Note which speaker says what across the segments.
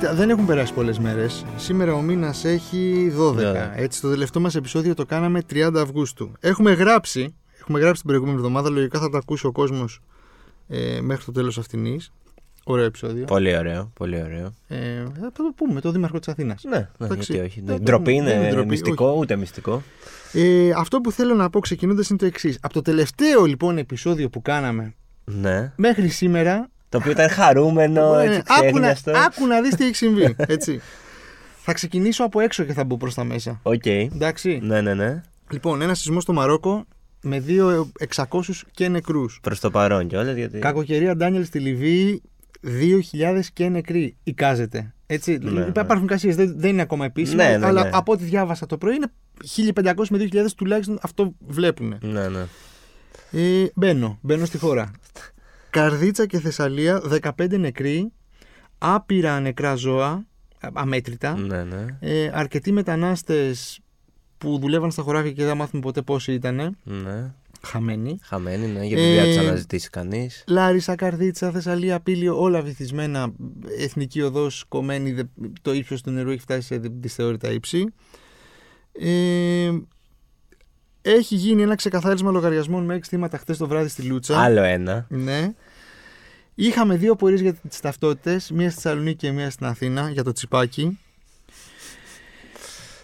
Speaker 1: Τώρα δεν έχουν περάσει πολλές μέρες. Σήμερα ο μήνας έχει 12.
Speaker 2: Ναι.
Speaker 1: Έτσι, το τελευταίο μας επεισόδιο το κάναμε 30 Αυγούστου. Έχουμε γράψει, έχουμε γράψει την προηγούμενη εβδομάδα. Λογικά θα τα ακούσει ο κόσμος ε, μέχρι το τέλος αυτηνής. Ωραίο επεισόδιο.
Speaker 2: Πολύ ωραίο, πολύ ωραίο.
Speaker 1: Ε, θα το πούμε, το Δήμαρχο της Αθήνας.
Speaker 2: Ναι, ναι
Speaker 1: Εντάξει.
Speaker 2: γιατί όχι.
Speaker 1: Δεν
Speaker 2: Ναι.
Speaker 1: το-
Speaker 2: Ντροπή
Speaker 1: δεν είναι
Speaker 2: είναι
Speaker 1: ντροπή,
Speaker 2: μυστικό, ούτε μυστικό.
Speaker 1: Ε, αυτό που θέλω να πω ξεκινώντας είναι το εξής. Από το τελευταίο λοιπόν επεισόδιο που κάναμε
Speaker 2: Ναι.
Speaker 1: μέχρι σήμερα.
Speaker 2: Το οποίο ήταν χαρούμενο,
Speaker 1: ε,
Speaker 2: έτσι
Speaker 1: άκου, να,
Speaker 2: ξέχνιαστο.
Speaker 1: άκου να δεις τι έχει συμβεί. Έτσι. θα ξεκινήσω από έξω και θα μπω προς τα μέσα.
Speaker 2: Οκ.
Speaker 1: Εντάξει.
Speaker 2: Ναι, ναι, ναι.
Speaker 1: Λοιπόν, ένα σεισμό στο Μαρόκο με δύο 600 και νεκρούς.
Speaker 2: Προς το παρόν κιόλας. Γιατί...
Speaker 1: Κακοκαιρία Ντάνιελ στη Λιβύη, 2.000 και νεκροί. Εικάζεται. Έτσι, δηλαδή,
Speaker 2: Ναι, ναι.
Speaker 1: υπάρχουν κασίες, δεν, δεν είναι ακόμα επίσημα,
Speaker 2: Ναι, ναι,
Speaker 1: αλλά
Speaker 2: ναι.
Speaker 1: από ό,τι διάβασα το πρωί είναι 1.500 με 2.000 τουλάχιστον αυτό βλέπουν.
Speaker 2: Ναι, ναι.
Speaker 1: Ε, μπαίνω, μπαίνω στη χώρα. Καρδίτσα και Θεσσαλία, 15 νεκροί, άπειρα νεκρά ζώα, α- αμέτρητα,
Speaker 2: ναι, ναι.
Speaker 1: ε, αρκετοί μετανάστες που δουλεύαν στα χωράφια και δεν μάθουμε ποτέ πόσοι ήταν,
Speaker 2: ναι.
Speaker 1: χαμένοι.
Speaker 2: Χαμένη, ναι, γιατί
Speaker 1: Ε,
Speaker 2: δεν θα του αναζητήσει κανείς.
Speaker 1: Λάρισα, Καρδίτσα, Θεσσαλία, Πύλιο, όλα βυθισμένα. Εθνική οδός κομμένη, δε- το ύψος του νερού έχει φτάσει σε δυσθεώρητα ύψη. Ε, έχει γίνει ένα ξεκαθάρισμα λογαριασμών με έξι θύματα χθες το βράδυ στη Λούτσα.
Speaker 2: Άλλο ένα.
Speaker 1: Ναι. Είχαμε δύο πορείε για τις ταυτότητες, μία στη Θεσσαλονίκη και μία στην Αθήνα για το τσιπάκι.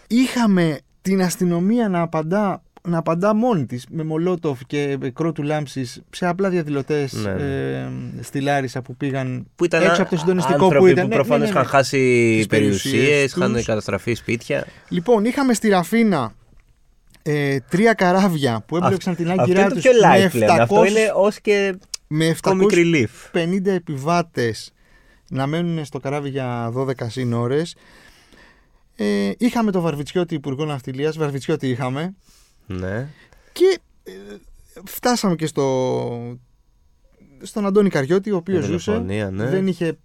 Speaker 1: Είχαμε την αστυνομία να απαντά, να απαντά μόνη της με μολότοφ και κρότου λάμψης σε απλά διαδηλωτές
Speaker 2: Ναι, ναι.
Speaker 1: ε, στη Λάρισα που πήγαν
Speaker 2: Που ήταν
Speaker 1: έξω από το συντονιστικό
Speaker 2: άνθρωποι
Speaker 1: που ήταν. Ναι,
Speaker 2: προφανώς
Speaker 1: ναι, ναι, ναι.
Speaker 2: είχαν χάσει
Speaker 1: Τις περιουσίες
Speaker 2: περιουσίες, είχαν
Speaker 1: τους.
Speaker 2: καταστραφεί σπίτια.
Speaker 1: Λοιπόν, είχαμε στη Ραφίνα ε, τρία καράβια που έμπλεξαν την
Speaker 2: Αυτό
Speaker 1: άγκυρά
Speaker 2: είναι το
Speaker 1: τους
Speaker 2: πιο
Speaker 1: με
Speaker 2: light πλέον. Αυτό είναι ως και
Speaker 1: 700
Speaker 2: comic
Speaker 1: με 700
Speaker 2: relief.
Speaker 1: 50 επιβάτες να μένουν στο καράβι για 12 συν ώρες. Ε, είχαμε το Βαρβιτσιώτη Υπουργό Ναυτιλίας, Βαρβιτσιώτη είχαμε
Speaker 2: Ναι.
Speaker 1: και ε, φτάσαμε και στο, στον Αντώνη Καριώτη, ο οποίος
Speaker 2: Η
Speaker 1: ζούσε,
Speaker 2: δολοφονία, ναι.
Speaker 1: δεν είχε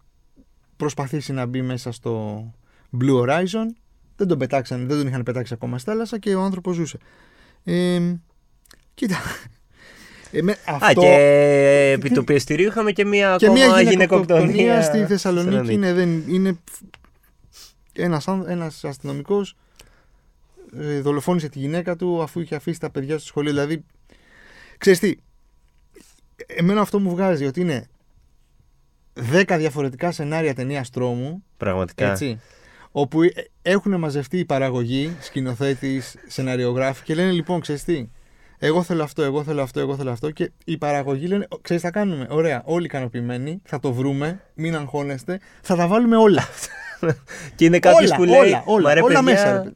Speaker 1: προσπαθήσει να μπει μέσα στο Blue Horizon, δεν τον, πετάξαν, δεν τον είχαν πετάξει ακόμα στη θάλασσα και ο άνθρωπος ζούσε. Ε, κοίτα, ε, με αυτό...
Speaker 2: Α, και επί
Speaker 1: τι-
Speaker 2: του πιεστηρίου είχαμε και μία
Speaker 1: Και
Speaker 2: ακόμα
Speaker 1: μια γυναικοκτονία
Speaker 2: γυναικοκτονία
Speaker 1: στη Θεσσαλονίκη ναι. είναι, δεν, είναι ένας, αν- ένας αστυνομικός ε, δολοφόνησε τη γυναίκα του αφού είχε αφήσει τα παιδιά στο σχολείο. Δηλαδή, ξέρεις τι, εμένα αυτό μου βγάζει ότι είναι 10 διαφορετικά σενάρια ταινίας τρόμου,
Speaker 2: Πραγματικά.
Speaker 1: έτσι, όπου ε- έχουν μαζευτεί οι παραγωγοί, σκηνοθέτης, σεναριογράφοι και λένε λοιπόν, ξέρεις τι, εγώ θέλω αυτό, εγώ θέλω αυτό, εγώ θέλω αυτό. Και οι παραγωγοί λένε: Ξέρεις, θα κάνουμε. Ωραία, όλοι ικανοποιημένοι. Θα το βρούμε. Μην αγχώνεστε. Θα τα βάλουμε όλα.
Speaker 2: Και είναι κάποιος
Speaker 1: όλα,
Speaker 2: που λέει.
Speaker 1: όλα, όλα,
Speaker 2: «Μα ρε,
Speaker 1: όλα
Speaker 2: παιδιά,
Speaker 1: μέσα, ρε».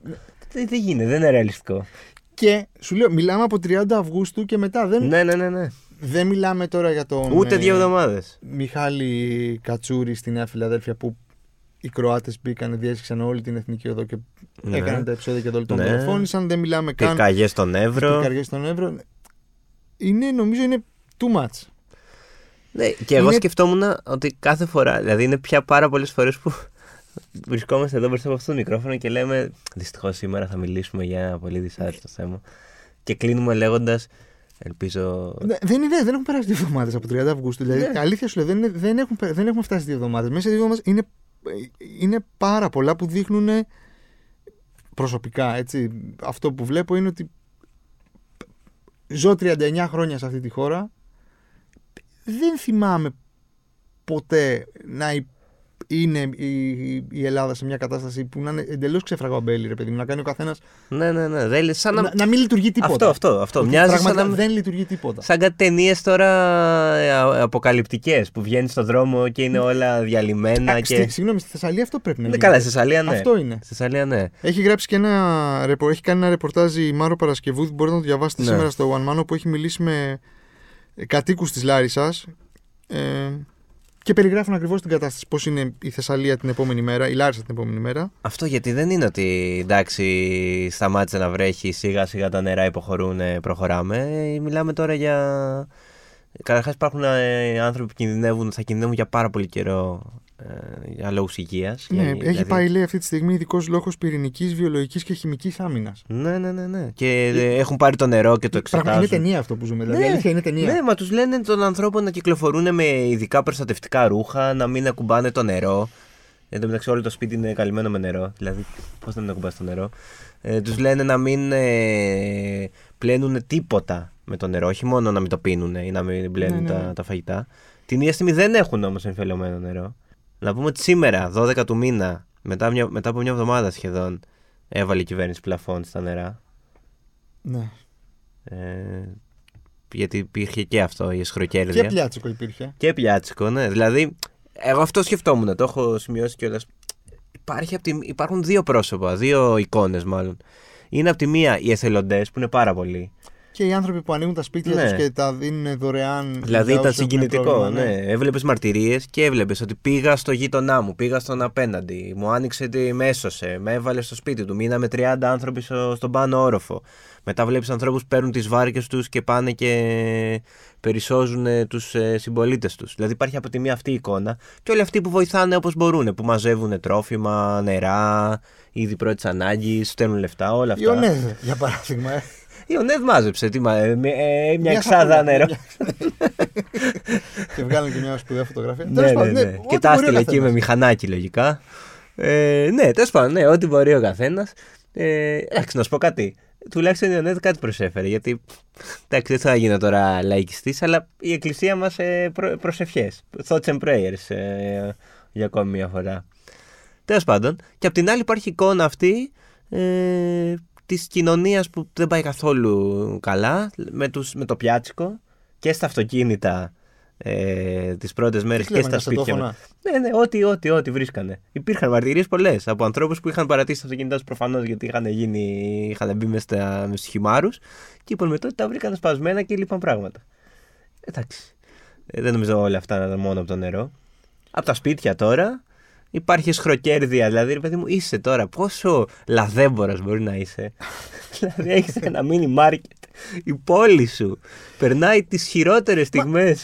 Speaker 2: Δεν δεν γίνεται, δεν είναι ρεαλιστικό.
Speaker 1: και σου λέω: Μιλάμε από 30 Αυγούστου και μετά. Δεν,
Speaker 2: Ναι, ναι, ναι. ναι.
Speaker 1: δεν μιλάμε τώρα για τον.
Speaker 2: Ούτε
Speaker 1: ε,
Speaker 2: δύο εβδομάδες.
Speaker 1: Μιχάλη Κατσούρη στη Νέα Φιλαδέλφια που οι Κροάτες μπήκαν, διέσχισαν όλη την εθνική οδό και
Speaker 2: Ναι.
Speaker 1: έκαναν τα επεισόδια και το τον
Speaker 2: Ναι.
Speaker 1: δολοφόνησαν. Δεν μιλάμε
Speaker 2: Και
Speaker 1: καν.
Speaker 2: καγιές στον Εύρο.
Speaker 1: Καριέ στον Εύρο. Είναι, νομίζω είναι too much.
Speaker 2: Ναι, και εγώ
Speaker 1: Είναι-
Speaker 2: σκεφτόμουν ότι κάθε φορά, δηλαδή είναι πια πάρα πολλές φορές που βρισκόμαστε εδώ μπροστά από αυτό το μικρόφωνο και λέμε Δυστυχώς σήμερα θα μιλήσουμε για ένα πολύ δυσάρεστο θέμα. Και κλείνουμε λέγοντας Ελπίζω.
Speaker 1: Ναι, Δεν είναι, δεν έχουν περάσει δύο εβδομάδες από 30 Αυγούστου. Δηλαδή, αλήθεια σου λέω, δεν, είναι- δεν, έχουν, πε- δεν έχουμε φτάσει δύο εβδομάδες. Μέσα σε δύο εβδομάδες είναι, είναι πάρα πολλά που δείχνουν προσωπικά. Έτσι. Αυτό που βλέπω είναι ότι ζω 39 χρόνια σε αυτή τη χώρα. Δεν θυμάμαι ποτέ να υ- είναι η, η- η Ελλάδα σε μια κατάσταση που να είναι εντελώς ξεφραγαμπέλη, ρε παιδί μου, να κάνει ο καθένας.
Speaker 2: Ναι, ναι, ναι. Δεν, σαν να...
Speaker 1: Να, να μην λειτουργεί τίποτα.
Speaker 2: Αυτό, αυτό, αυτό.
Speaker 1: Ότι
Speaker 2: Μοιάζει σαν
Speaker 1: Πραγματικά
Speaker 2: να...
Speaker 1: δεν λειτουργεί τίποτα.
Speaker 2: Σαν κάτι ταινίες τώρα αποκαλυπτικές που βγαίνεις στον δρόμο και είναι όλα διαλυμένα.
Speaker 1: Α,
Speaker 2: και...
Speaker 1: στη- Συγγνώμη, στη Θεσσαλία αυτό πρέπει να
Speaker 2: Ναι,
Speaker 1: γίνει.
Speaker 2: καλά, στη Θεσσαλία ναι.
Speaker 1: Αυτό είναι.
Speaker 2: Στη Θεσσαλία ναι.
Speaker 1: Έχει γράψει και ένα, ρεπο- έχει κάνει ένα ρεπορτάζ η Μάρο Παρασκευούδη, μπορείτε να το διαβάσετε
Speaker 2: Ναι.
Speaker 1: σήμερα στο One Man, όπου έχει μιλήσει με κατοίκους της Λάρισας ε, και περιγράφουν ακριβώς την κατάσταση, πώς είναι η Θεσσαλία την επόμενη μέρα, η Λάρισα την επόμενη μέρα.
Speaker 2: Αυτό γιατί δεν είναι ότι εντάξει σταμάτησε να βρέχει, σιγά σιγά τα νερά υποχωρούν, ε, προχωράμε. Ε, Μιλάμε τώρα για. Καταρχάς υπάρχουν ε, άνθρωποι που κινδυνεύουν, θα κινδυνεύουν για πάρα πολύ καιρό ε, για λόγους υγείας.
Speaker 1: ναι, έχει
Speaker 2: δηλαδή.
Speaker 1: πάει λέει αυτή τη στιγμή ειδικός λόγος πυρηνικής, βιολογικής και χημικής άμυνας.
Speaker 2: Ναι, ναι, ναι. ναι. Και ε, έχουν πάρει το νερό και το
Speaker 1: Πραγματικά είναι
Speaker 2: εξετάζουν.
Speaker 1: ταινία αυτό που ζούμε, δηλαδή αλήθεια είναι ταινία.
Speaker 2: Ναι, μα τους λένε των ανθρώπων να κυκλοφορούν με ειδικά προστατευτικά ρούχα, να μην ακουμπάνε το νερό. Εν τω μεταξύ, όλο το σπίτι είναι καλυμμένο με νερό. Δηλαδή, πώς να μην ακουμπάς το νερό. Ε, τους λένε να μην ε, πλένουν τίποτα με το νερό. Όχι μόνο να μην το πίνουν ή να μην πλένουν
Speaker 1: Ναι, ναι.
Speaker 2: Τα, τα φαγητά. Την ίδια στιγμή δεν έχουν όμως εμφυλωμένο νερό. Να πούμε ότι σήμερα, 12 του μήνα, μετά, μια, μετά από μια εβδομάδα σχεδόν, έβαλε η κυβέρνηση πλαφόν στα νερά.
Speaker 1: Ναι.
Speaker 2: Ε, γιατί υπήρχε και αυτό, η
Speaker 1: Και
Speaker 2: εσχροκέρδεια.
Speaker 1: πιάτσικο υπήρχε.
Speaker 2: Και πιάτσικο, ναι. Δηλαδή, εγώ αυτό σκεφτόμουν, το έχω σημειώσει κιόλας. Υπάρχουν δύο πρόσωπα, δύο εικόνες μάλλον. Είναι από τη μία οι εθελοντές που είναι πάρα πολλοί.
Speaker 1: Και οι άνθρωποι που ανοίγουν τα σπίτια
Speaker 2: Ναι.
Speaker 1: τους και τα δίνουν δωρεάν.
Speaker 2: Δηλαδή
Speaker 1: για όσους
Speaker 2: ήταν
Speaker 1: έχουν
Speaker 2: συγκινητικό.
Speaker 1: πρόβλημα,
Speaker 2: ναι. Έβλεπες μαρτυρίες και έβλεπες ότι πήγα στο γείτονά μου, πήγα στον απέναντι, μου άνοιξε τη, με έσωσε, με έβαλε στο σπίτι του. Μείναμε 30 άνθρωποι στο, στον πάνω όροφο. Μετά βλέπεις ανθρώπους που παίρνουν τις βάρκες τους και πάνε και ε, περισσώζουν του συμπολίτες τους. Δηλαδή υπάρχει από τη μία αυτή η εικόνα και όλοι αυτοί που βοηθάνε όπως μπορούν, που μαζεύουν τρόφιμα, νερά, είδη πρώτης ανάγκης, στέλνουν λεφτά, όλα
Speaker 1: Η
Speaker 2: αυτά.
Speaker 1: Ονέδ, για παράδειγμα. ε.
Speaker 2: Η ΟΝΕΔ μάζεψε. Τι, μα- ε, μια- ε, μια
Speaker 1: σακούλα,
Speaker 2: εξάδα νερό.
Speaker 1: μια και βγάλανε και μια σπουδαία φωτογραφία.
Speaker 2: Ναι,
Speaker 1: Τέλος
Speaker 2: ναι,
Speaker 1: πάντων,
Speaker 2: ναι.
Speaker 1: ό,τι
Speaker 2: Και
Speaker 1: μπορεί ο
Speaker 2: τα έστειλε εκεί
Speaker 1: καθένας.
Speaker 2: με μηχανάκι λογικά. Ε, ναι, τέλος πάντων, ναι, ό,τι μπορεί ο καθένας. Ε, εντάξει, να σου πω κάτι. Τουλάχιστον η ΟΝΕΔ κάτι προσέφερε. Γιατί εντάξει, δεν θα γίνω τώρα λαϊκιστής, αλλά η εκκλησία μας ε, προ, προσευχές. Thoughts and prayers ε, για ακόμη μια φορά. Τέλος πάντων, και απ' την άλλη υπάρχει η εικόνα αυτή ε, της κοινωνίας που δεν πάει καθόλου καλά με, τους, με το πιάτσικο και στα αυτοκίνητα ε, τις πρώτες μέρες και
Speaker 1: κλέβανε
Speaker 2: στα σπίτια.
Speaker 1: κασετόφωνα.
Speaker 2: Ναι, ναι, ό,τι, ό,τι, ό,τι βρίσκανε. Υπήρχαν μαρτυρίες πολλές από ανθρώπους που είχαν παρατήσει τα αυτοκίνητά τους προφανώς γιατί είχαν, γίνει, είχαν μπει μέσα στους χυμάρους και είπαν μετά ότι τα βρήκαν σπασμένα και λείπαν πράγματα. Εντάξει. Ε, δεν νομίζω όλα αυτά να ήταν μόνο από το νερό. Από τα σπίτια τώρα υπάρχεις σχροκέρδεια. Δηλαδή, ρε παιδί μου, είσαι τώρα. Πόσο λαδέμπορα μπορεί να είσαι. δηλαδή, έχεις ένα μίνι μάρκετ. Η πόλη σου περνάει τις χειρότερες στιγμέ.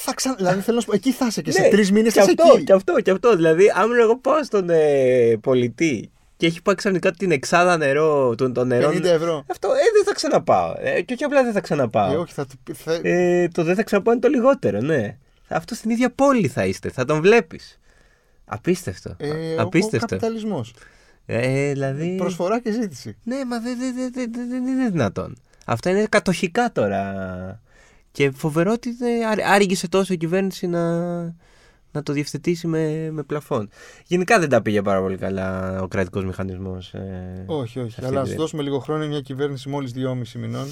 Speaker 1: Θα ξα... Δηλαδή θέλω να σου πω, εκεί θα είσαι και
Speaker 2: Ναι,
Speaker 1: σε τρεις μήνες θα
Speaker 2: και
Speaker 1: είσαι
Speaker 2: αυτό,
Speaker 1: εκεί.
Speaker 2: και αυτό, και αυτό. Δηλαδή, άμα εγώ πάω στον ε, πολιτή και έχει πάει ξαφνικά την εξάδα νερό, το, το νερό.
Speaker 1: 50 ευρώ.
Speaker 2: Αυτό ε, δεν θα ξαναπάω. Ε, και όχι απλά δεν θα
Speaker 1: Ε,
Speaker 2: ξαναπάω.
Speaker 1: όχι, θα του πει- θα-
Speaker 2: Ε, το δεν θα ξαναπάω είναι το λιγότερο, ναι. Αυτό στην ίδια πόλη θα είστε, θα τον βλέπεις. Απίστευτο.
Speaker 1: ε, ο- Ο
Speaker 2: Απίστευτο.
Speaker 1: καπιταλισμός.
Speaker 2: Ε, δηλαδή.
Speaker 1: Προσφορά και ζήτηση.
Speaker 2: Ναι, μα δεν δε, δε, δε, δε, δεν είναι δυνατόν. Αυτά είναι κατοχικά τώρα. Και φοβερό ότι δεν άρι- άργησε τόσο η κυβέρνηση να, να το διευθετήσει με, με πλαφόν. Γενικά δεν τα πήγε πάρα πολύ καλά ο κρατικός μηχανισμός. Ε,
Speaker 1: Όχι, όχι.
Speaker 2: αυτή
Speaker 1: Αλλά ας
Speaker 2: τη-
Speaker 1: δώσουμε λίγο χρόνο. Είναι μια κυβέρνηση μόλις 2,5 μηνών.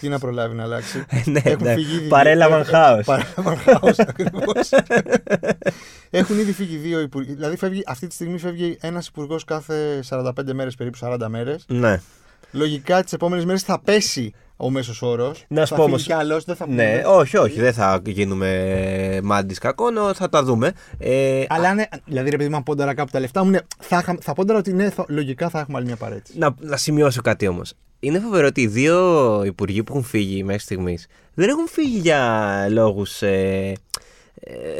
Speaker 1: Τι να προλάβει να αλλάξει.
Speaker 2: ναι,
Speaker 1: Έχουν
Speaker 2: ναι.
Speaker 1: φύγει ήδη-
Speaker 2: Παρέλαβαν
Speaker 1: ε,
Speaker 2: χάος.
Speaker 1: Παρέλαβαν χάος ακριβώς. Έχουν ήδη φύγει δύο υπουργοί. Δηλαδή, φεύγει, αυτή τη στιγμή φεύγει ένας υπουργός κάθε 45 μέρες, περίπου 40 μέρες.
Speaker 2: Ναι.
Speaker 1: Λογικά τις επόμενες μέρες θα πέσει ο μέσος όρος.
Speaker 2: Να σου πω όμως-
Speaker 1: άλλος, δεν θα πούμε.
Speaker 2: Ναι, όχι, όχι, δεν θα γίνουμε μάντις κακόνο, θα τα δούμε. Ε,
Speaker 1: Αλλά ναι, δηλαδή ρε παιδί μου, αν πόνταρα κάπου τα λεφτά μου, ναι, θα, είχα- θα πόνταρα ότι ναι, θα- λογικά θα έχουμε άλλη μια παρέτηση.
Speaker 2: να, να σημειώσω κάτι όμως. Είναι φοβερό ότι οι δύο υπουργοί που έχουν φύγει μέχρι στιγμής δεν έχουν φύγει για λόγους. Ε, ε,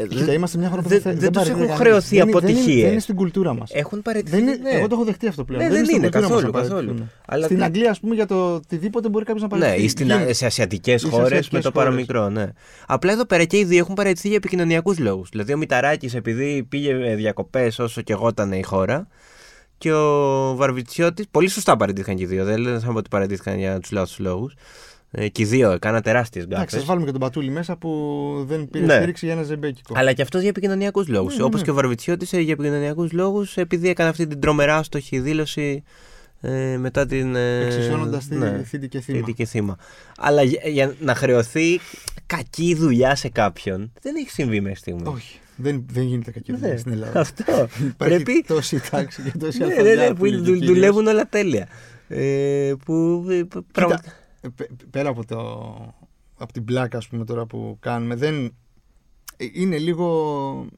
Speaker 1: Κοίτα,
Speaker 2: δεν-
Speaker 1: είμαστε μια χώρα που
Speaker 2: δεν-
Speaker 1: δεν,
Speaker 2: δεν τους
Speaker 1: παρετείται
Speaker 2: έχουν
Speaker 1: κανείς.
Speaker 2: χρεωθεί
Speaker 1: Δεν είναι- δεν είναι-
Speaker 2: αποτυχίες.
Speaker 1: Δεν είναι στην κουλτούρα μας.
Speaker 2: Έχουν παραιτηθεί.
Speaker 1: Δεν είναι,
Speaker 2: ναι.
Speaker 1: Εγώ το έχω δεχτεί αυτό πλέον.
Speaker 2: Ναι, δεν
Speaker 1: στην
Speaker 2: είναι
Speaker 1: κουλτούρα μας
Speaker 2: καθόλου,
Speaker 1: να
Speaker 2: καθόλου.
Speaker 1: παρετηθούμε.
Speaker 2: Αλλά
Speaker 1: στην
Speaker 2: δεν-
Speaker 1: Αγγλία, ας πούμε, για το οτιδήποτε μπορεί κάποιος να
Speaker 2: Ναι,
Speaker 1: παρετηθεί.
Speaker 2: ή στην,
Speaker 1: Γίνεται.
Speaker 2: σε ασιατικές
Speaker 1: σε
Speaker 2: χώρες με
Speaker 1: ασιατικές
Speaker 2: το
Speaker 1: χώρες.
Speaker 2: παραμικρό, ναι. Απλά εδώ πέρα και οι δύο έχουν παραιτηθεί για επικοινωνιακούς λόγους. Δηλαδή, ο Μηταράκης επειδή πήγε διακοπές όσο και εγώ ήταν η χώρα. Και ο Βαρβιτσιώτης. Πολύ σωστά παραιτήθηκαν και οι δύο. Δεν λέω ότι παραιτήθηκαν για τους λάθου λόγους. Ε, και οι δύο έκαναν τεράστιες
Speaker 1: Εντάξει,
Speaker 2: γκάφες.
Speaker 1: σας βάλουμε και τον Πατούλη μέσα που δεν πήρε
Speaker 2: Ναι.
Speaker 1: στήριξη για ένα ζεμπέκικο.
Speaker 2: Αλλά και αυτός για επικοινωνιακούς λόγους.
Speaker 1: Ναι, ναι,
Speaker 2: Όπως
Speaker 1: ναι.
Speaker 2: και ο Βαρβιτσιώτης για επικοινωνιακούς λόγους, επειδή έκανε αυτή την τρομερά άστοχη δήλωση ε, μετά την. Ε,
Speaker 1: Εξισώνοντας
Speaker 2: ναι,
Speaker 1: τη θήτη και θύμα.
Speaker 2: θήτη και θύμα. Αλλά για, για να χρεωθεί κακή δουλειά σε κάποιον δεν έχει συμβεί μέχρι στιγμή.
Speaker 1: Όχι. Δεν, δεν γίνεται κακή
Speaker 2: Ναι,
Speaker 1: δουλειά στην Ελλάδα.
Speaker 2: Αυτό.
Speaker 1: Υπάρχει
Speaker 2: Πρέπει.
Speaker 1: τόση τάξη και τόση
Speaker 2: Ναι, ναι,
Speaker 1: αλφαβητιά
Speaker 2: ναι,
Speaker 1: που
Speaker 2: που
Speaker 1: είναι
Speaker 2: δου-
Speaker 1: και κυρίως.
Speaker 2: δουλεύουν όλα τέλεια. Ε, που, ε, π- πραγματικά-
Speaker 1: Ε, πε- πέρα από, το, από την πλάκα ας πούμε τώρα που κάνουμε δεν ε, είναι λίγο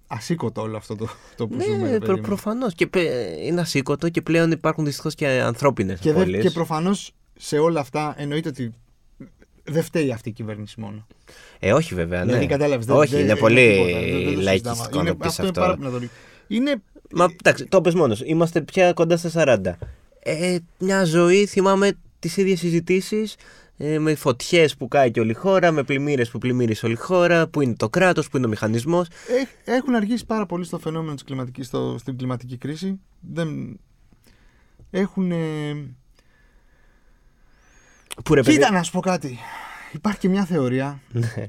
Speaker 1: ασήκωτο όλο αυτό το, το που ζούμε ρε
Speaker 2: Ναι,
Speaker 1: παιδί
Speaker 2: προ,
Speaker 1: μου.
Speaker 2: προφανώς. Και πε- είναι ασήκωτο και πλέον υπάρχουν δυστυχώς και ανθρώπινες
Speaker 1: και, δε,
Speaker 2: απώλειες.
Speaker 1: και προφανώς σε όλα αυτά εννοείται ότι δεν φταίει αυτή η κυβέρνηση μόνο
Speaker 2: Ε, όχι βέβαια. Ναι.
Speaker 1: δηλαδή κατάλαβες δεν-
Speaker 2: όχι,
Speaker 1: δεν-
Speaker 2: είναι
Speaker 1: δεν
Speaker 2: πολύ
Speaker 1: τίποτα, δεν- δεν το συζητάμε.
Speaker 2: λαϊκιστικό
Speaker 1: Είναι-
Speaker 2: να πεις
Speaker 1: αυτό
Speaker 2: αυτό.
Speaker 1: είναι πάρα πολύ να το λέει. είναι
Speaker 2: Μα εντάξει, το πες μόνος, Είμαστε πια κοντά στα 40. Ε, μια ζωή, θυμάμαι τις ίδιες συζητήσεις. ε, με φωτιές που κάει και όλη η χώρα, με πλημμύρες που πλημμύρισε όλη η χώρα, που είναι το κράτος, που είναι ο μηχανισμός.
Speaker 1: Έχ- Έχουν αργήσει πάρα πολύ στο φαινόμενο της κλιματικής, στο, στην κλιματική κρίση. Δεν... Έχουν. ε,
Speaker 2: Που ρε παιδί. Ναι.
Speaker 1: Κοίτα να σου πω κάτι. Υπάρχει και μια θεωρία.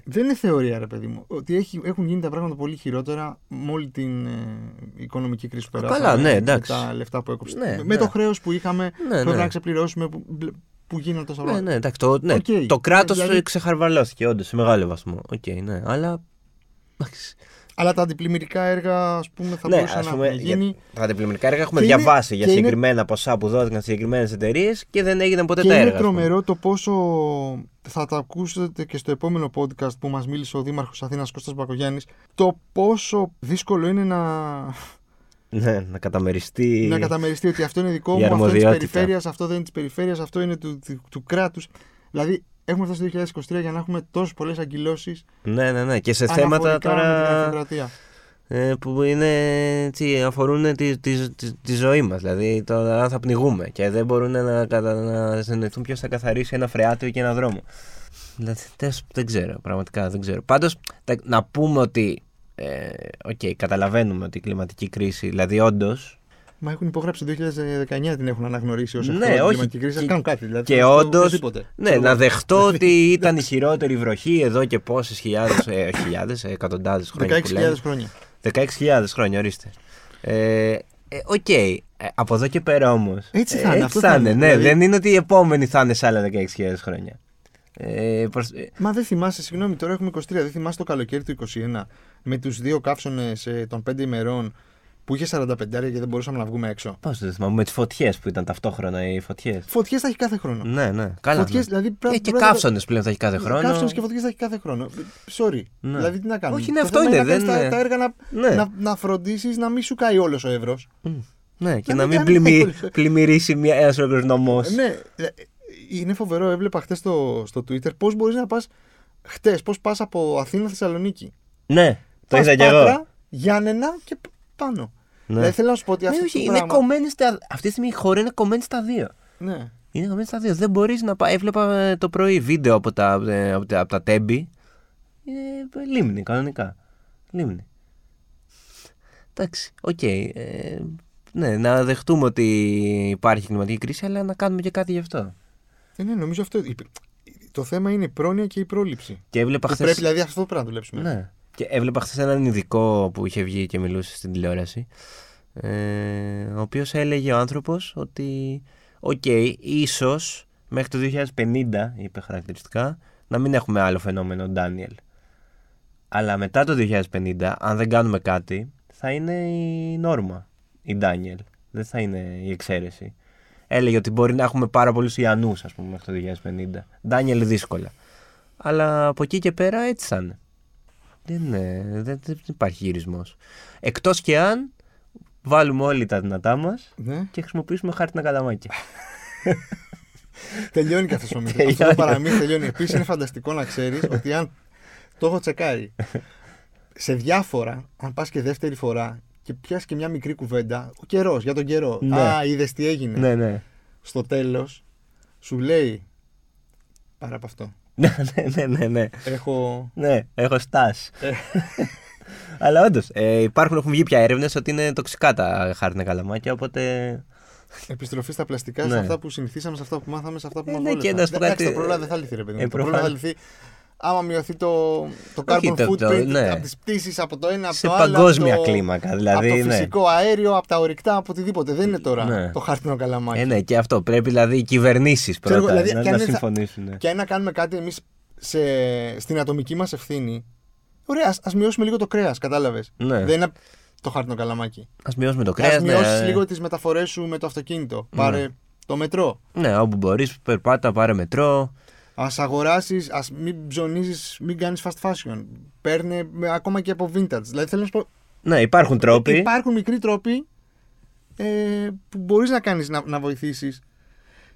Speaker 1: Δεν είναι θεωρία, ρε παιδί μου. Ότι έχει, έχουν γίνει τα πράγματα πολύ χειρότερα με όλη την ε, οικονομική κρίση που
Speaker 2: Α,
Speaker 1: περάσαμε.
Speaker 2: καλά, ναι,
Speaker 1: με
Speaker 2: εντάξει.
Speaker 1: τα λεφτά που έκοψε.
Speaker 2: Ναι,
Speaker 1: με
Speaker 2: ναι.
Speaker 1: το χρέος που είχαμε,
Speaker 2: Ναι,
Speaker 1: που έπρεπε
Speaker 2: ναι.
Speaker 1: να ξεπληρώσουμε, που, μπλε- που γίνανε τόσα
Speaker 2: Ναι,
Speaker 1: πράγματα.
Speaker 2: ναι, εντάξει, το, ναι,
Speaker 1: Οκ.
Speaker 2: το κράτος
Speaker 1: Δηλαδή-
Speaker 2: ξεχαρβαλώθηκε όντως σε μεγάλο βαθμό. Οκ, ναι, αλλά. εντάξει.
Speaker 1: Αλλά τα αντιπλημμυρικά έργα, ας πούμε, θα
Speaker 2: ναι,
Speaker 1: μπορούσαν
Speaker 2: ας
Speaker 1: να
Speaker 2: πούμε,
Speaker 1: έχουν γίνει.
Speaker 2: για τα αντιπλημμυρικά έργα έχουμε
Speaker 1: Και είναι-
Speaker 2: διαβάσει για
Speaker 1: και είναι-
Speaker 2: συγκεκριμένα ποσά που δόθηκαν σε συγκεκριμένες εταιρείες και δεν έγιναν ποτέ
Speaker 1: Και
Speaker 2: τα
Speaker 1: είναι
Speaker 2: έργα. ας πούμε.
Speaker 1: τρομερό το πόσο θα τα ακούσετε και στο επόμενο podcast που μας μίλησε ο Δήμαρχος Αθήνας Κώστας Μπακογιάννης το πόσο δύσκολο είναι να,
Speaker 2: Ναι, να καταμεριστεί.
Speaker 1: να καταμεριστεί ότι αυτό είναι δικό
Speaker 2: η
Speaker 1: μου, αυτό είναι της
Speaker 2: αρμοδιότητα.
Speaker 1: περιφέρειας, αυτό δεν είναι της περιφέρειας, αυτό είναι του, του, του κράτους. Δηλαδή έχουμε φτάσει το 2023 για να έχουμε τόσες πολλές αγκυλώσεις
Speaker 2: Ναι, ναι, ναι. Και σε
Speaker 1: αναφορικά
Speaker 2: θέματα
Speaker 1: με την
Speaker 2: τώρα
Speaker 1: αρχοκρατία.
Speaker 2: ε, που είναι, έτσι, αφορούν τη, τη, τη, τη ζωή μας. Δηλαδή, το, αν θα πνιγούμε και δεν μπορούν να, κατα- να συνεννοηθούν ποιος θα καθαρίσει ένα φρεάτιο και ένα δρόμο. Δηλαδή, τες- δεν ξέρω, πραγματικά δεν ξέρω. Πάντως, να πούμε ότι. Ε, οκ, καταλαβαίνουμε ότι η κλιματική κρίση, δηλαδή, όντως.
Speaker 1: Μα έχουν υπογράψει το 2019 την έχουν αναγνωρίσει ως
Speaker 2: Ναι,
Speaker 1: εχθρό την
Speaker 2: όχι.
Speaker 1: κλιματική κρίση, να
Speaker 2: Και-
Speaker 1: κάνουν κάτι δηλαδή.
Speaker 2: Και
Speaker 1: δεν πιστεύω
Speaker 2: όντω.
Speaker 1: οτιδήποτε.
Speaker 2: Ναι, να δεχτώ ότι ήταν η χειρότερη βροχή εδώ και πόσες χιλιάδες, ε, χιλιάδες, εκατοντάδες χρόνια. που λένε.
Speaker 1: 16.000 χρόνια.
Speaker 2: 16.000 χρόνια, ορίστε. Ε, ε, Οκ. Ε, από εδώ και πέρα όμως.
Speaker 1: Έτσι θα είναι, αυτό θα είναι.
Speaker 2: Ναι,
Speaker 1: Δηλαδή-
Speaker 2: δεν είναι ότι οι επόμενοι θα είναι σε άλλα 16.000 χρόνια. Ε, προς... ε,
Speaker 1: Μα δεν θυμάσαι, συγγνώμη, τώρα έχουμε 23. Δεν θυμάσαι το καλοκαίρι του 21 με τους δύο καύσονες των 5 ημερών που είχε 45 και δεν μπορούσαμε να βγούμε έξω.
Speaker 2: Πώς το θυμάμαι, με τις φωτιές που ήταν ταυτόχρονα οι φωτιές.
Speaker 1: Φωτιές θα έχει κάθε χρόνο.
Speaker 2: Ναι, ναι. Καλά.
Speaker 1: Φωτιές,
Speaker 2: ναι.
Speaker 1: δηλαδή, πρέπει-
Speaker 2: Ε, και
Speaker 1: πρέπει να-
Speaker 2: καύσονες πλέον θα έχει κάθε χρόνο.
Speaker 1: Καύσονες και φωτιές θα έχει κάθε χρόνο. Sorry.
Speaker 2: Ναι.
Speaker 1: Δηλαδή τι να κάνουμε.
Speaker 2: Όχι, ναι,
Speaker 1: Το
Speaker 2: αυτό
Speaker 1: θέμα
Speaker 2: είναι,
Speaker 1: να κάνεις
Speaker 2: δεν
Speaker 1: τα,
Speaker 2: είναι.
Speaker 1: τα έργα να,
Speaker 2: Ναι.
Speaker 1: να, να φροντίσεις να μην σου κάει όλος ο ευρώ.
Speaker 2: Μμ, Ναι, και
Speaker 1: Να
Speaker 2: να
Speaker 1: μην
Speaker 2: μην
Speaker 1: κάνει
Speaker 2: πλημμυ-
Speaker 1: τίποτα.
Speaker 2: πλημμυρίσει μια- ένας ολόκληρος νομός.
Speaker 1: Ναι, ε, είναι φοβερό. Έβλεπα χθε στο, στο Twitter πώς μπορείς να πας χτες, πώς πας από Αθήνα Θεσσαλονίκη.
Speaker 2: Ναι, το
Speaker 1: Πας
Speaker 2: είδα κι εγώ.
Speaker 1: Πάτρα, Γιάννενα και π- πάνω.
Speaker 2: Ναι.
Speaker 1: Δηλαδή θέλω να σου πω ότι
Speaker 2: Ναι,
Speaker 1: αυτό
Speaker 2: όχι,
Speaker 1: το
Speaker 2: είναι
Speaker 1: πράγμα.
Speaker 2: κομμένη στα... Αυτή τη στιγμή η χώρα είναι κομμένη στα δύο.
Speaker 1: Ναι.
Speaker 2: Είναι γραμμένη στα δύο. Δεν μπορείς να πάει. Έβλεπα ε, το πρωί βίντεο από τα, ε, από τα, από τα τέμπη. Ε, λίμνη, κανονικά. Λίμνη. Εντάξει, οκ. ε, ναι, να δεχτούμε ότι υπάρχει κλιματική κρίση, αλλά να κάνουμε και κάτι γι' αυτό.
Speaker 1: Ε, ναι, νομίζω αυτό. η- Το θέμα είναι η πρόνοια και η πρόληψη.
Speaker 2: Και έβλεπα
Speaker 1: Που
Speaker 2: χθες.
Speaker 1: πρέπει δηλαδή αυτό πρέπει να δουλέψουμε.
Speaker 2: Ναι. Και έβλεπα χθες έναν ειδικό που είχε βγει και μιλούσε στην τηλεόραση. Ε, ο οποίος έλεγε ο άνθρωπος ότι, οκ, ίσως μέχρι το 2050, είπε χαρακτηριστικά, να μην έχουμε άλλο φαινόμενο Ντάνιελ. Αλλά μετά το 2050, αν δεν κάνουμε κάτι, θα είναι η νόρμα, η Ντάνιελ. Δεν θα είναι η εξαίρεση. Έλεγε ότι μπορεί να έχουμε πάρα πολλούς Ιανούς, ας πούμε, μέχρι το 2050. Ντάνιελ δύσκολα. Αλλά από εκεί και πέρα έτσι θα είναι. Δεν, είναι- δεν, δεν υπάρχει γυρισμός. Εκτός και αν βάλουμε όλοι τα δυνατά μας
Speaker 1: Ναι.
Speaker 2: και χρησιμοποιήσουμε χάρτινα καλαμάκια.
Speaker 1: Τελειώνει και αυτός ο μύθος.
Speaker 2: Τελειώνει.
Speaker 1: αυτό το παραμύθι τελειώνει. Επίσης είναι φανταστικό να ξέρεις ότι αν. Το έχω τσεκάρει. Σε διάφορα, αν πας και δεύτερη φορά και πιάσεις και μια μικρή κουβέντα, ο καιρός, για τον καιρό.
Speaker 2: Ναι.
Speaker 1: Α, είδες τι έγινε.
Speaker 2: ναι, ναι.
Speaker 1: Στο τέλος, σου λέει. Πάρα από αυτό.
Speaker 2: ναι, ναι, ναι, ναι.
Speaker 1: Έχω.
Speaker 2: Ναι, έχω στάσει.
Speaker 1: Ε.
Speaker 2: Αλλά όντως υπάρχουν, έχουν βγει πια έρευνες ότι είναι τοξικά τα χάρτινα καλαμάκια, οπότε.
Speaker 1: Επιστροφή στα πλαστικά,
Speaker 2: Ναι.
Speaker 1: σε αυτά που συνηθίσαμε, σε αυτά που μάθαμε, σε αυτά που
Speaker 2: Ε,
Speaker 1: μα
Speaker 2: ναι, και να σου πω κάτι-
Speaker 1: το πρόβλημα δεν θα λυθεί, ρε παιδί μου.
Speaker 2: Ε,
Speaker 1: το πρόβλημα θα
Speaker 2: προφανώς.
Speaker 1: λυθεί άμα μειωθεί το, το carbon
Speaker 2: το- το-
Speaker 1: footprint
Speaker 2: ναι.
Speaker 1: από τις πτήσεις, από το ένα από
Speaker 2: σε
Speaker 1: το άλλο. από
Speaker 2: παγκόσμια
Speaker 1: το-
Speaker 2: κλίμακα. Δηλαδή,
Speaker 1: από το
Speaker 2: ναι.
Speaker 1: φυσικό αέριο, από τα ορυκτά, από οτιδήποτε. Δεν είναι τώρα
Speaker 2: Ναι.
Speaker 1: το χάρτινο καλαμάκι.
Speaker 2: Ε, ναι, και αυτό. Πρέπει δηλαδή οι κυβερνήσεις
Speaker 1: Ξέρω
Speaker 2: πρώτα
Speaker 1: εγώ, δηλαδή,
Speaker 2: να,
Speaker 1: κι αν
Speaker 2: να
Speaker 1: δεν θα-
Speaker 2: συμφωνήσουν. ναι.
Speaker 1: Και αν να κάνουμε κάτι εμείς σε... στην ατομική μας ευθύνη. Ωραία, ας μειώσουμε λίγο το κρέας, κατάλαβες.
Speaker 2: Ναι.
Speaker 1: Δεν είναι το χάρτινο καλαμάκι.
Speaker 2: Ας μειώσουμε το
Speaker 1: Ας
Speaker 2: κρέας.
Speaker 1: μειώσεις
Speaker 2: Ναι,
Speaker 1: λίγο τις μεταφορές σου με το αυτοκίνητο. Πάρε το μετρό.
Speaker 2: ναι, όπου μπορείς, περπάτα, πάρε μετρό.
Speaker 1: Ας αγοράσεις, ας μην ψωνίζεις, μην κάνεις fast fashion. Παίρνε με- ακόμα και από vintage. Δηλαδή θέλω να σου πω.
Speaker 2: Ναι, υπάρχουν τρόποι.
Speaker 1: Ε, Υπάρχουν μικροί τρόποι ε, που μπορείς να κάνεις να, να βοηθήσεις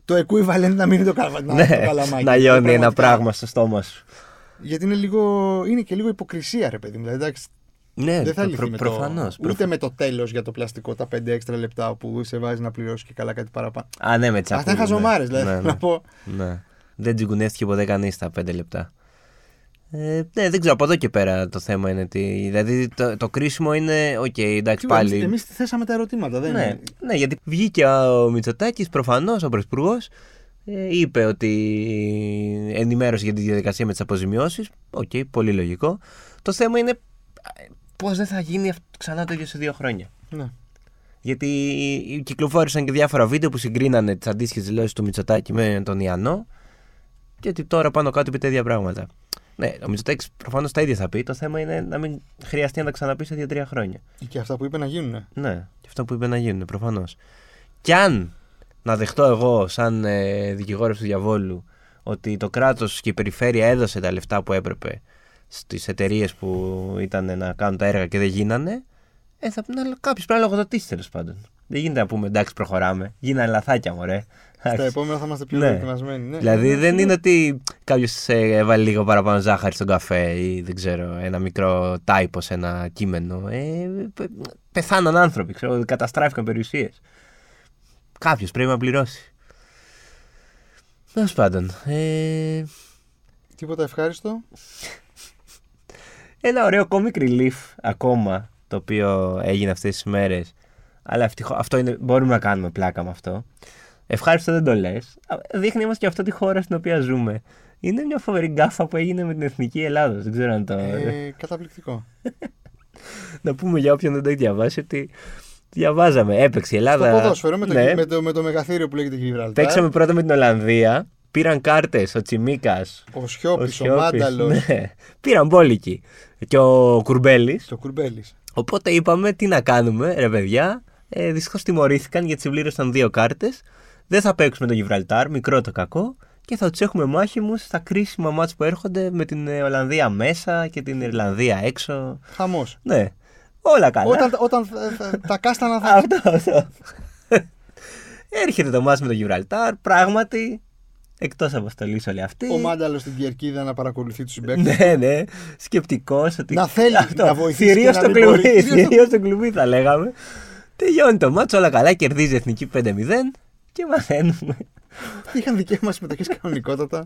Speaker 1: το equivalent να μείνει το, καλα, να,
Speaker 2: ναι,
Speaker 1: το καλαμάκι.
Speaker 2: να λιώνει ένα
Speaker 1: Πραγματικά.
Speaker 2: πράγμα στο στόμα σου.
Speaker 1: Γιατί είναι, λίγο, είναι και λίγο υποκρισία, ρε παιδί μου. Δηλαδή, εντάξει,
Speaker 2: Ναι,
Speaker 1: δεν θα λυθεί με το-
Speaker 2: προφανώς,
Speaker 1: Ούτε
Speaker 2: προφα-
Speaker 1: με το τέλος για το πλαστικό, τα 5 έξτρα λεπτά που σε βάζει να πληρώσει και καλά κάτι παραπάνω.
Speaker 2: Α, ναι, με τσακούλι.
Speaker 1: Αυτά είναι χαζομάρες, δηλαδή.
Speaker 2: Ναι, ναι.
Speaker 1: Να πω.
Speaker 2: ναι. Δεν τσιγκουνεύτηκε ποτέ κανείς στα 5 λεπτά. Ε, ναι, δεν ξέρω. Από εδώ και πέρα το θέμα είναι. Τι, δηλαδή το, το κρίσιμο είναι. Οκ, εντάξει, πάλι.
Speaker 1: Εμείς θέσαμε τα ερωτήματα, δεν
Speaker 2: ναι,
Speaker 1: είναι.
Speaker 2: ναι, γιατί βγήκε ο Μητσοτάκης, προφανώς ο Πρωθυπουργός, ε, είπε ότι ενημέρωσε για τη διαδικασία με τις αποζημιώσεις. Οκ, πολύ λογικό. Το θέμα είναι πώς δεν θα γίνει αυτό ξανά το ίδιο σε δύο χρόνια.
Speaker 1: Ναι.
Speaker 2: Γιατί κυκλοφόρησαν και διάφορα βίντεο που συγκρίνανε τις αντίστοιχες δηλώσεις του Μητσοτάκη με τον Ιαννό. Και ότι τώρα πάνω κάτω είπε τα ίδια πράγματα. Ναι, ο Μητσοτάκη προφανώς τα ίδια θα πει. Το θέμα είναι να μην χρειαστεί να τα ξαναπείς σε δύο-τρία χρόνια.
Speaker 1: Και αυτά που είπε να γίνουν.
Speaker 2: Ναι, και αυτό που είπε να γίνουν, προφανώς. Κι αν να δεχτώ εγώ, σαν ε, δικηγόρος του διαβόλου, ότι το κράτος και η περιφέρεια έδωσε τα λεφτά που έπρεπε στις εταιρείες που ήταν να κάνουν τα έργα και δεν γίνανε, ε, θα να, κάποιος πρέπει να λογοδοτήσει τέλος πάντων. Δεν γίνεται να πούμε εντάξει, προχωράμε. Γίνανε λαθάκια, μωρέ.
Speaker 1: Στα επόμενα θα είμαστε πιο
Speaker 2: Ναι.
Speaker 1: προετοιμασμένοι. Ναι.
Speaker 2: Δηλαδή
Speaker 1: Ναι,
Speaker 2: δεν
Speaker 1: ναι.
Speaker 2: είναι ότι κάποιος έβαλε λίγο παραπάνω ζάχαρη στον καφέ ή δεν ξέρω, ένα μικρό τάιπο σε ένα κείμενο. Ε, πε- πεθάναν άνθρωποι, ξέρω, καταστράφηκαν περιουσίες. Κάποιος πρέπει να πληρώσει. Τέλος πάντων. Ε,
Speaker 1: Τίποτα ευχάριστο.
Speaker 2: ένα ωραίο comic relief ακόμα το οποίο έγινε αυτές τις μέρες αλλά ευτυχώ, αυτό είναι, μπορούμε να κάνουμε πλάκα με αυτό ευχάριστο δεν το λες Α, δείχνει όμως και αυτό τη χώρα στην οποία ζούμε είναι μια φοβερή γκάφα που έγινε με την εθνική Ελλάδα. Δεν ξέρω αν το.
Speaker 1: Ε, καταπληκτικό.
Speaker 2: Να πούμε για όποιον δεν το έχει διαβάσει ότι διαβάζαμε. Έπαιξε η
Speaker 1: Στο
Speaker 2: Ελλάδα.
Speaker 1: ποδόσφαιρο με το,
Speaker 2: Ναι.
Speaker 1: με το, με το μεγαθύριο που λέγεται Γιβραλτάρ.
Speaker 2: Παίξαμε πρώτα με την Ολλανδία. Πήραν κάρτες ο Τσιμίκας.
Speaker 1: Ο Σιώπης, ο, Μάνταλος,
Speaker 2: Ναι. Πήραν μπόλικοι. Και ο Κουρμπέλης.
Speaker 1: το Κουρμπέλης.
Speaker 2: Οπότε είπαμε τι να κάνουμε, ρε παιδιά. Ε, Δυστυχώς τιμωρήθηκαν γιατί συμπλήρωσαν δύο κάρτες. Δεν θα παίξουμε τον Γιβραλτάρ, μικρό το κακό. Και θα τους έχουμε μάχημου στα κρίσιμα μάτς που έρχονται με την ε, Ολλανδία μέσα και την Ιρλανδία έξω.
Speaker 1: Χαμός.
Speaker 2: Ναι, όλα καλά.
Speaker 1: Όταν, όταν θα- θα- τα κάστανα θα...
Speaker 2: Αυτό, αυτό. Έρχεται το μάτς με τον Γιβραλτάρ, πράγματι. Εκτός αποστολή όλοι αυτοί.
Speaker 1: ο Μάνταλος στην Κερκίδα να παρακολουθεί τους συμπαίκτες.
Speaker 2: Ναι, ναι. Σκεπτικός ότι.
Speaker 1: Να θέλει να βοηθήσει
Speaker 2: θηρίο
Speaker 1: και να
Speaker 2: στο
Speaker 1: μην μπορεί.
Speaker 2: κλουβί.
Speaker 1: Θηρίο στο-
Speaker 2: θηρίο στο κλουβί θα λέγαμε. Τελειώνει το μάτσο, όλα καλά. Κερδίζει η εθνική 5-0 και μαθαίνουμε. Ναι.
Speaker 1: Είχαν δικαίωμα συμμετοχής κανονικότατα.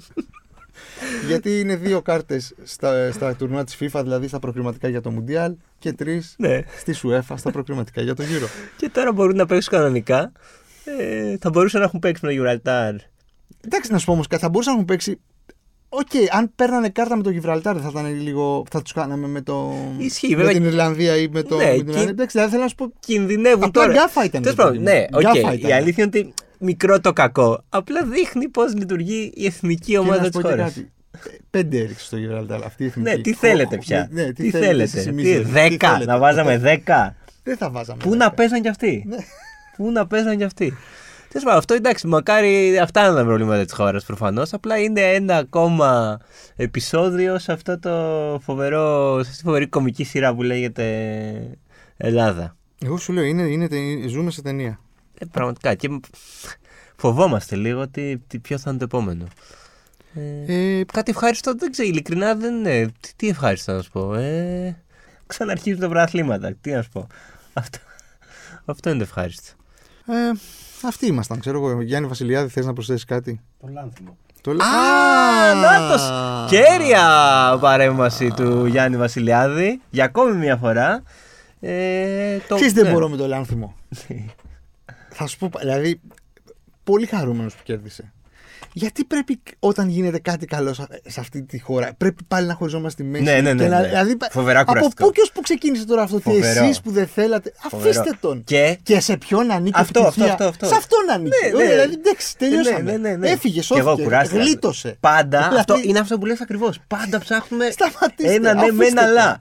Speaker 1: Γιατί είναι δύο κάρτες στα, στα τουρνουά της FIFA, δηλαδή στα προκριματικά για το Μουντιάλ και τρεις
Speaker 2: ναι.
Speaker 1: στη UEFA στα προκριματικά για το Euro.
Speaker 2: Και τώρα μπορούν να παίξουν κανονικά. Ε, θα μπορούσαν να έχουν παίξει με τον Γιουραλτάρ.
Speaker 1: Εντάξει, να σου πω όμως, θα μπορούσαν να έχουν παίξει. Οκ, αν παίρνανε κάρτα με το Γιβραλτάρ, δεν θα ήταν λίγο. θα τους κάναμε με το.
Speaker 2: Ισχύει,
Speaker 1: με
Speaker 2: βέβαια.
Speaker 1: την Ιρλανδία ή με το.
Speaker 2: Ναι,
Speaker 1: με την
Speaker 2: εκεί-
Speaker 1: Ιρλανδία. Εντάξει, δηλαδή θέλω να σου πω.
Speaker 2: Κινδυνεύουν
Speaker 1: Απλά
Speaker 2: τώρα.
Speaker 1: γκάφα ήταν,
Speaker 2: Τέλος
Speaker 1: ρε παιδί
Speaker 2: πάντων,
Speaker 1: μου.
Speaker 2: ναι, οκ.
Speaker 1: Γκάφα ήταν.
Speaker 2: Η αλήθεια είναι ότι μικρό το κακό. Απλά δείχνει πώς λειτουργεί η εθνική
Speaker 1: και να
Speaker 2: ομάδα
Speaker 1: σου
Speaker 2: της
Speaker 1: πω και
Speaker 2: χώρας.
Speaker 1: κάτι. Ε, Πέντε έριξε στο Γιβραλτάρ αυτή η εθνική.
Speaker 2: Ναι, τι θέλετε
Speaker 1: Χω-
Speaker 2: πια.
Speaker 1: Ναι,
Speaker 2: τι
Speaker 1: εσείς
Speaker 2: θέλετε.
Speaker 1: οι
Speaker 2: τι,
Speaker 1: μίζεροι, τι
Speaker 2: 10,
Speaker 1: θέλετε.
Speaker 2: να βάζαμε 10.
Speaker 1: Δεν θα βάζαμε.
Speaker 2: Πού να
Speaker 1: δέκα.
Speaker 2: παίζαν κι αυτοί.
Speaker 1: Ναι.
Speaker 2: Πού να παίζαν κι αυτοί. Τέλο πάντων, αυτό εντάξει, μακάρι αυτά είναι τα προβλήματα της χώρας προφανώς. Απλά είναι ένα ακόμα επεισόδιο σε, αυτό το φοβερό, σε αυτή τη φοβερή κομική σειρά που λέγεται Ελλάδα.
Speaker 1: Εγώ σου λέω, είναι, είναι, ται- ζούμε σε ταινία.
Speaker 2: Ε, πραγματικά. Και φοβόμαστε λίγο ότι τι- ποιο θα είναι το επόμενο. Ε,
Speaker 1: Ε,
Speaker 2: κάτι ευχάριστο δεν ξέρω, ειλικρινά δεν είναι. Τι, τι ευχάριστο να σου πω. Ε, ξαναρχίζουν τα πρωταθλήματα. Τι να σου πω. Αυτό, αυτό είναι το ευχάριστο.
Speaker 1: ε, αυτοί ήμασταν, ξέρω εγώ. Γιάννη Βασιλιάδη, θες να προσθέσεις κάτι.
Speaker 3: Πολύ άνθρωπο.
Speaker 1: Το λέω.
Speaker 2: Α, νάτος! Κέρια παρέμβαση του Γιάννη Βασιλιάδη για ακόμη μια φορά. Ε, το,
Speaker 1: Ξέρεις δεν
Speaker 2: ναι.
Speaker 1: μπορώ με το λάνθιμο. Θα σου πω, δηλαδή, πολύ χαρούμενος που κέρδισε. Γιατί πρέπει όταν γίνεται κάτι καλό σε- σε αυτή τη χώρα, πρέπει πάλι να χωριζόμαστε στη μέση.
Speaker 2: Ναι, ναι, ναι,
Speaker 1: και να-
Speaker 2: ναι.
Speaker 1: δηλαδή,
Speaker 2: Φοβερά
Speaker 1: από
Speaker 2: κουραστικό.
Speaker 1: πού και ως που ξεκίνησε τώρα αυτό, ότι
Speaker 2: Φοβερό.
Speaker 1: εσείς που δεν θέλατε.
Speaker 2: Φοβερό.
Speaker 1: Αφήστε τον.
Speaker 2: Και
Speaker 1: Και σε ποιον ανήκει η
Speaker 2: Αυτό,
Speaker 1: επιτυχία.
Speaker 2: αυτό, αυτό, αυτό.
Speaker 1: Σε αυτόν ανήκει.
Speaker 2: Ναι, ναι.
Speaker 1: Ωραία, δηλαδή, εντάξει, τελειώσαμε.
Speaker 2: Ναι, ναι, ναι, ναι.
Speaker 1: Έφυγες,
Speaker 2: Κι εγώ
Speaker 1: σώθηκε,
Speaker 2: κουράστηκα.
Speaker 1: γλίτωσε.
Speaker 2: Πάντα,
Speaker 1: Δηλαδή-
Speaker 2: αυτό, είναι αυτό που λες ακριβώς. Πάντα ψάχνουμε
Speaker 1: Σταματήστε,
Speaker 2: ένα ναι με
Speaker 1: αφήστε
Speaker 2: ένα
Speaker 1: το.
Speaker 2: λα.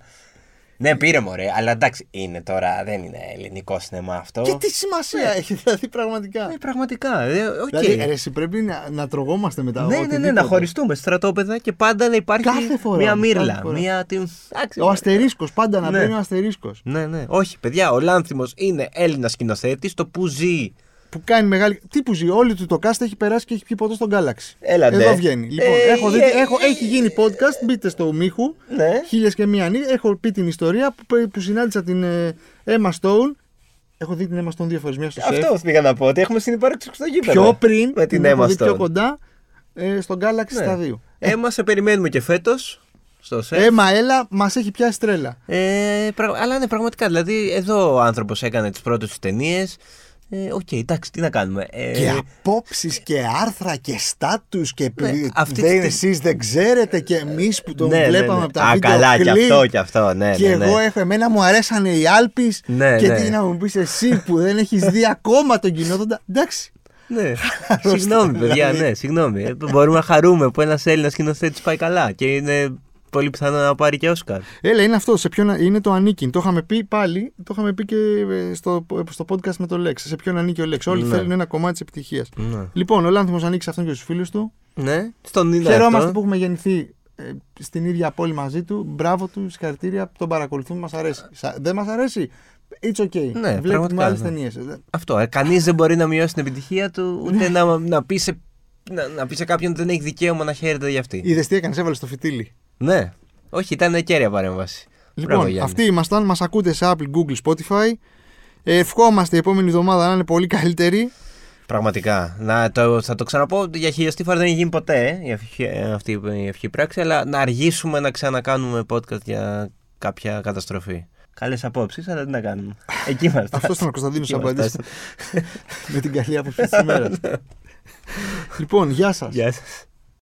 Speaker 2: Ναι, πήρε μωρέ, αλλά εντάξει, είναι τώρα, δεν είναι ελληνικό σινεμά αυτό.
Speaker 1: Και τι σημασία έχει, δηλαδή, πραγματικά.
Speaker 2: Ναι, πραγματικά. Ε, οκ.
Speaker 1: Δηλαδή, ρε, εσύ πρέπει να, να τρογόμαστε μετά.
Speaker 2: ναι, ναι, ναι, να χωριστούμε στρατόπεδα και πάντα να υπάρχει
Speaker 1: Κάθε φορά,
Speaker 2: μια
Speaker 1: κάθε
Speaker 2: μύρλα.
Speaker 1: φορά.
Speaker 2: Μια... την- εντάξει,
Speaker 1: Ο αστερίσκος, πάντα να
Speaker 2: Ναι.
Speaker 1: μπαίνει ο αστερίσκος.
Speaker 2: Ναι, ναι. Όχι, παιδιά, ο Λάνθιμος είναι Έλληνας σκηνοθέτης, το που ζει.
Speaker 1: που κάνει μεγάλη. Τι που ζει, όλη του το cast έχει περάσει και έχει πει ποτό στον Galaxy.
Speaker 2: Έλατε.
Speaker 1: Εδώ βγαίνει. Λοιπόν,
Speaker 2: Ε,
Speaker 1: έχω δει-
Speaker 2: ε,
Speaker 1: έχω,
Speaker 2: ε,
Speaker 1: έχει γίνει podcast, μπείτε στο Μίχου.
Speaker 2: Ναι.
Speaker 1: Χίλιες και μία νύχτα. Έχω πει την ιστορία που, που συνάντησα την ε, Emma Stone. Έχω δει την Emma Stone δύο φορές. Μια στο σεφ.
Speaker 2: Αυτό πήγα να πω, ότι έχουμε συνεπάρξει στο γήπεδο.
Speaker 1: Πιο πριν,
Speaker 2: με την
Speaker 1: έχω
Speaker 2: Emma
Speaker 1: δει
Speaker 2: Stone.
Speaker 1: Πιο κοντά. ε, στο Galaxy
Speaker 2: Ναι.
Speaker 1: στα δύο.
Speaker 2: Ε, μα σε περιμένουμε και φέτος. Στο σεφ.
Speaker 1: Ε, μα έλα, μας έχει πιάσει τρέλα.
Speaker 2: Ε, πραγ- Αλλά ναι, πραγματικά. Δηλαδή, εδώ ο άνθρωπος έκανε τις πρώτες του ταινίες. Ε, Οκ, εντάξει, τι να κάνουμε. Ε, Ναι,
Speaker 1: Και απόψεις και άρθρα και στάτους και επειδή
Speaker 2: αυτή
Speaker 1: δεν
Speaker 2: τη-
Speaker 1: εσείς δεν ξέρετε και εμείς που τον
Speaker 2: ναι, ναι,
Speaker 1: βλέπαμε
Speaker 2: ναι.
Speaker 1: από τα
Speaker 2: Α,
Speaker 1: βίντεο
Speaker 2: καλά, και
Speaker 1: κλιπ.
Speaker 2: αυτό, και αυτό. Ναι,
Speaker 1: και
Speaker 2: ναι, ναι.
Speaker 1: εγώ έχω, εμένα μου αρέσανε οι Άλπεις.
Speaker 2: Ναι,
Speaker 1: και
Speaker 2: ναι.
Speaker 1: τι να μου πεις εσύ που δεν έχεις δει ακόμα τον κοινότοντα. Εντάξει.
Speaker 2: Ναι. συγγνώμη, παιδιά, ναι, συγγνώμη. Ε, Μπορούμε να χαρούμε που ένας Έλληνας σκηνοθέτης πάει καλά και είναι πολύ πιθανό να πάρει και Όσκαρ.
Speaker 1: Έλα, Ε, είναι αυτό. Σε ποιον, είναι το ανήκει. Το είχαμε πει πάλι, το είχαμε πει και ε, στο, στο podcast με το Λέξ. Σε ποιον ανήκει ο Λέξ. Όλοι
Speaker 2: Ναι.
Speaker 1: θέλουν ένα κομμάτι της επιτυχίας.
Speaker 2: Ναι.
Speaker 1: Λοιπόν, ο Λάνθιμος ανήκει σε αυτόν και στους φίλους του.
Speaker 2: ναι. Στον είναι
Speaker 1: Χαιρόμαστε
Speaker 2: αυτό.
Speaker 1: που έχουμε γεννηθεί ε, στην ίδια πόλη μαζί του. Μπράβο του, συγχαρητήρια, τον παρακολουθούμε, μας αρέσει. Σα- Δεν μας αρέσει. It's okay.
Speaker 2: Ναι,
Speaker 1: Βλέπουμε
Speaker 2: πραγματικά,
Speaker 1: άλλε
Speaker 2: ναι.
Speaker 1: ταινίες.
Speaker 2: Αυτό. Ε, Κανείς δεν μπορεί να μειώσει την επιτυχία του, ούτε να, να, πει σε, να, να πει σε κάποιον ότι δεν έχει δικαίωμα να χαίρεται για αυτή.
Speaker 1: Είδες τι έκανες, έβαλες στο φιτίλι.
Speaker 2: Ναι. Όχι, ήταν κέρια παρέμβαση.
Speaker 1: Λοιπόν,
Speaker 2: Μπράβο, Γιάννη.
Speaker 1: αυτοί ήμασταν. Μας ακούτε σε Apple, Google, Spotify. Ε, Ευχόμαστε η επόμενη εβδομάδα να είναι πολύ καλύτερη.
Speaker 2: Πραγματικά. Να, το, θα το ξαναπώ για χιλιοστή φορά δεν έχει γίνει ποτέ ε, η ευχή- ε, αυτή η ευχή πράξη, αλλά να αργήσουμε να ξανακάνουμε podcast για κάποια καταστροφή. Καλές απόψεις, αλλά τι να κάνουμε. Εκεί είμαστε.
Speaker 1: Αυτός ήταν ο Κωνσταντίνος
Speaker 2: Εκεί μας
Speaker 1: Σαμπαντή. με την καλή άποψη της ημέρας. λοιπόν, γεια σας.
Speaker 2: Γεια σας.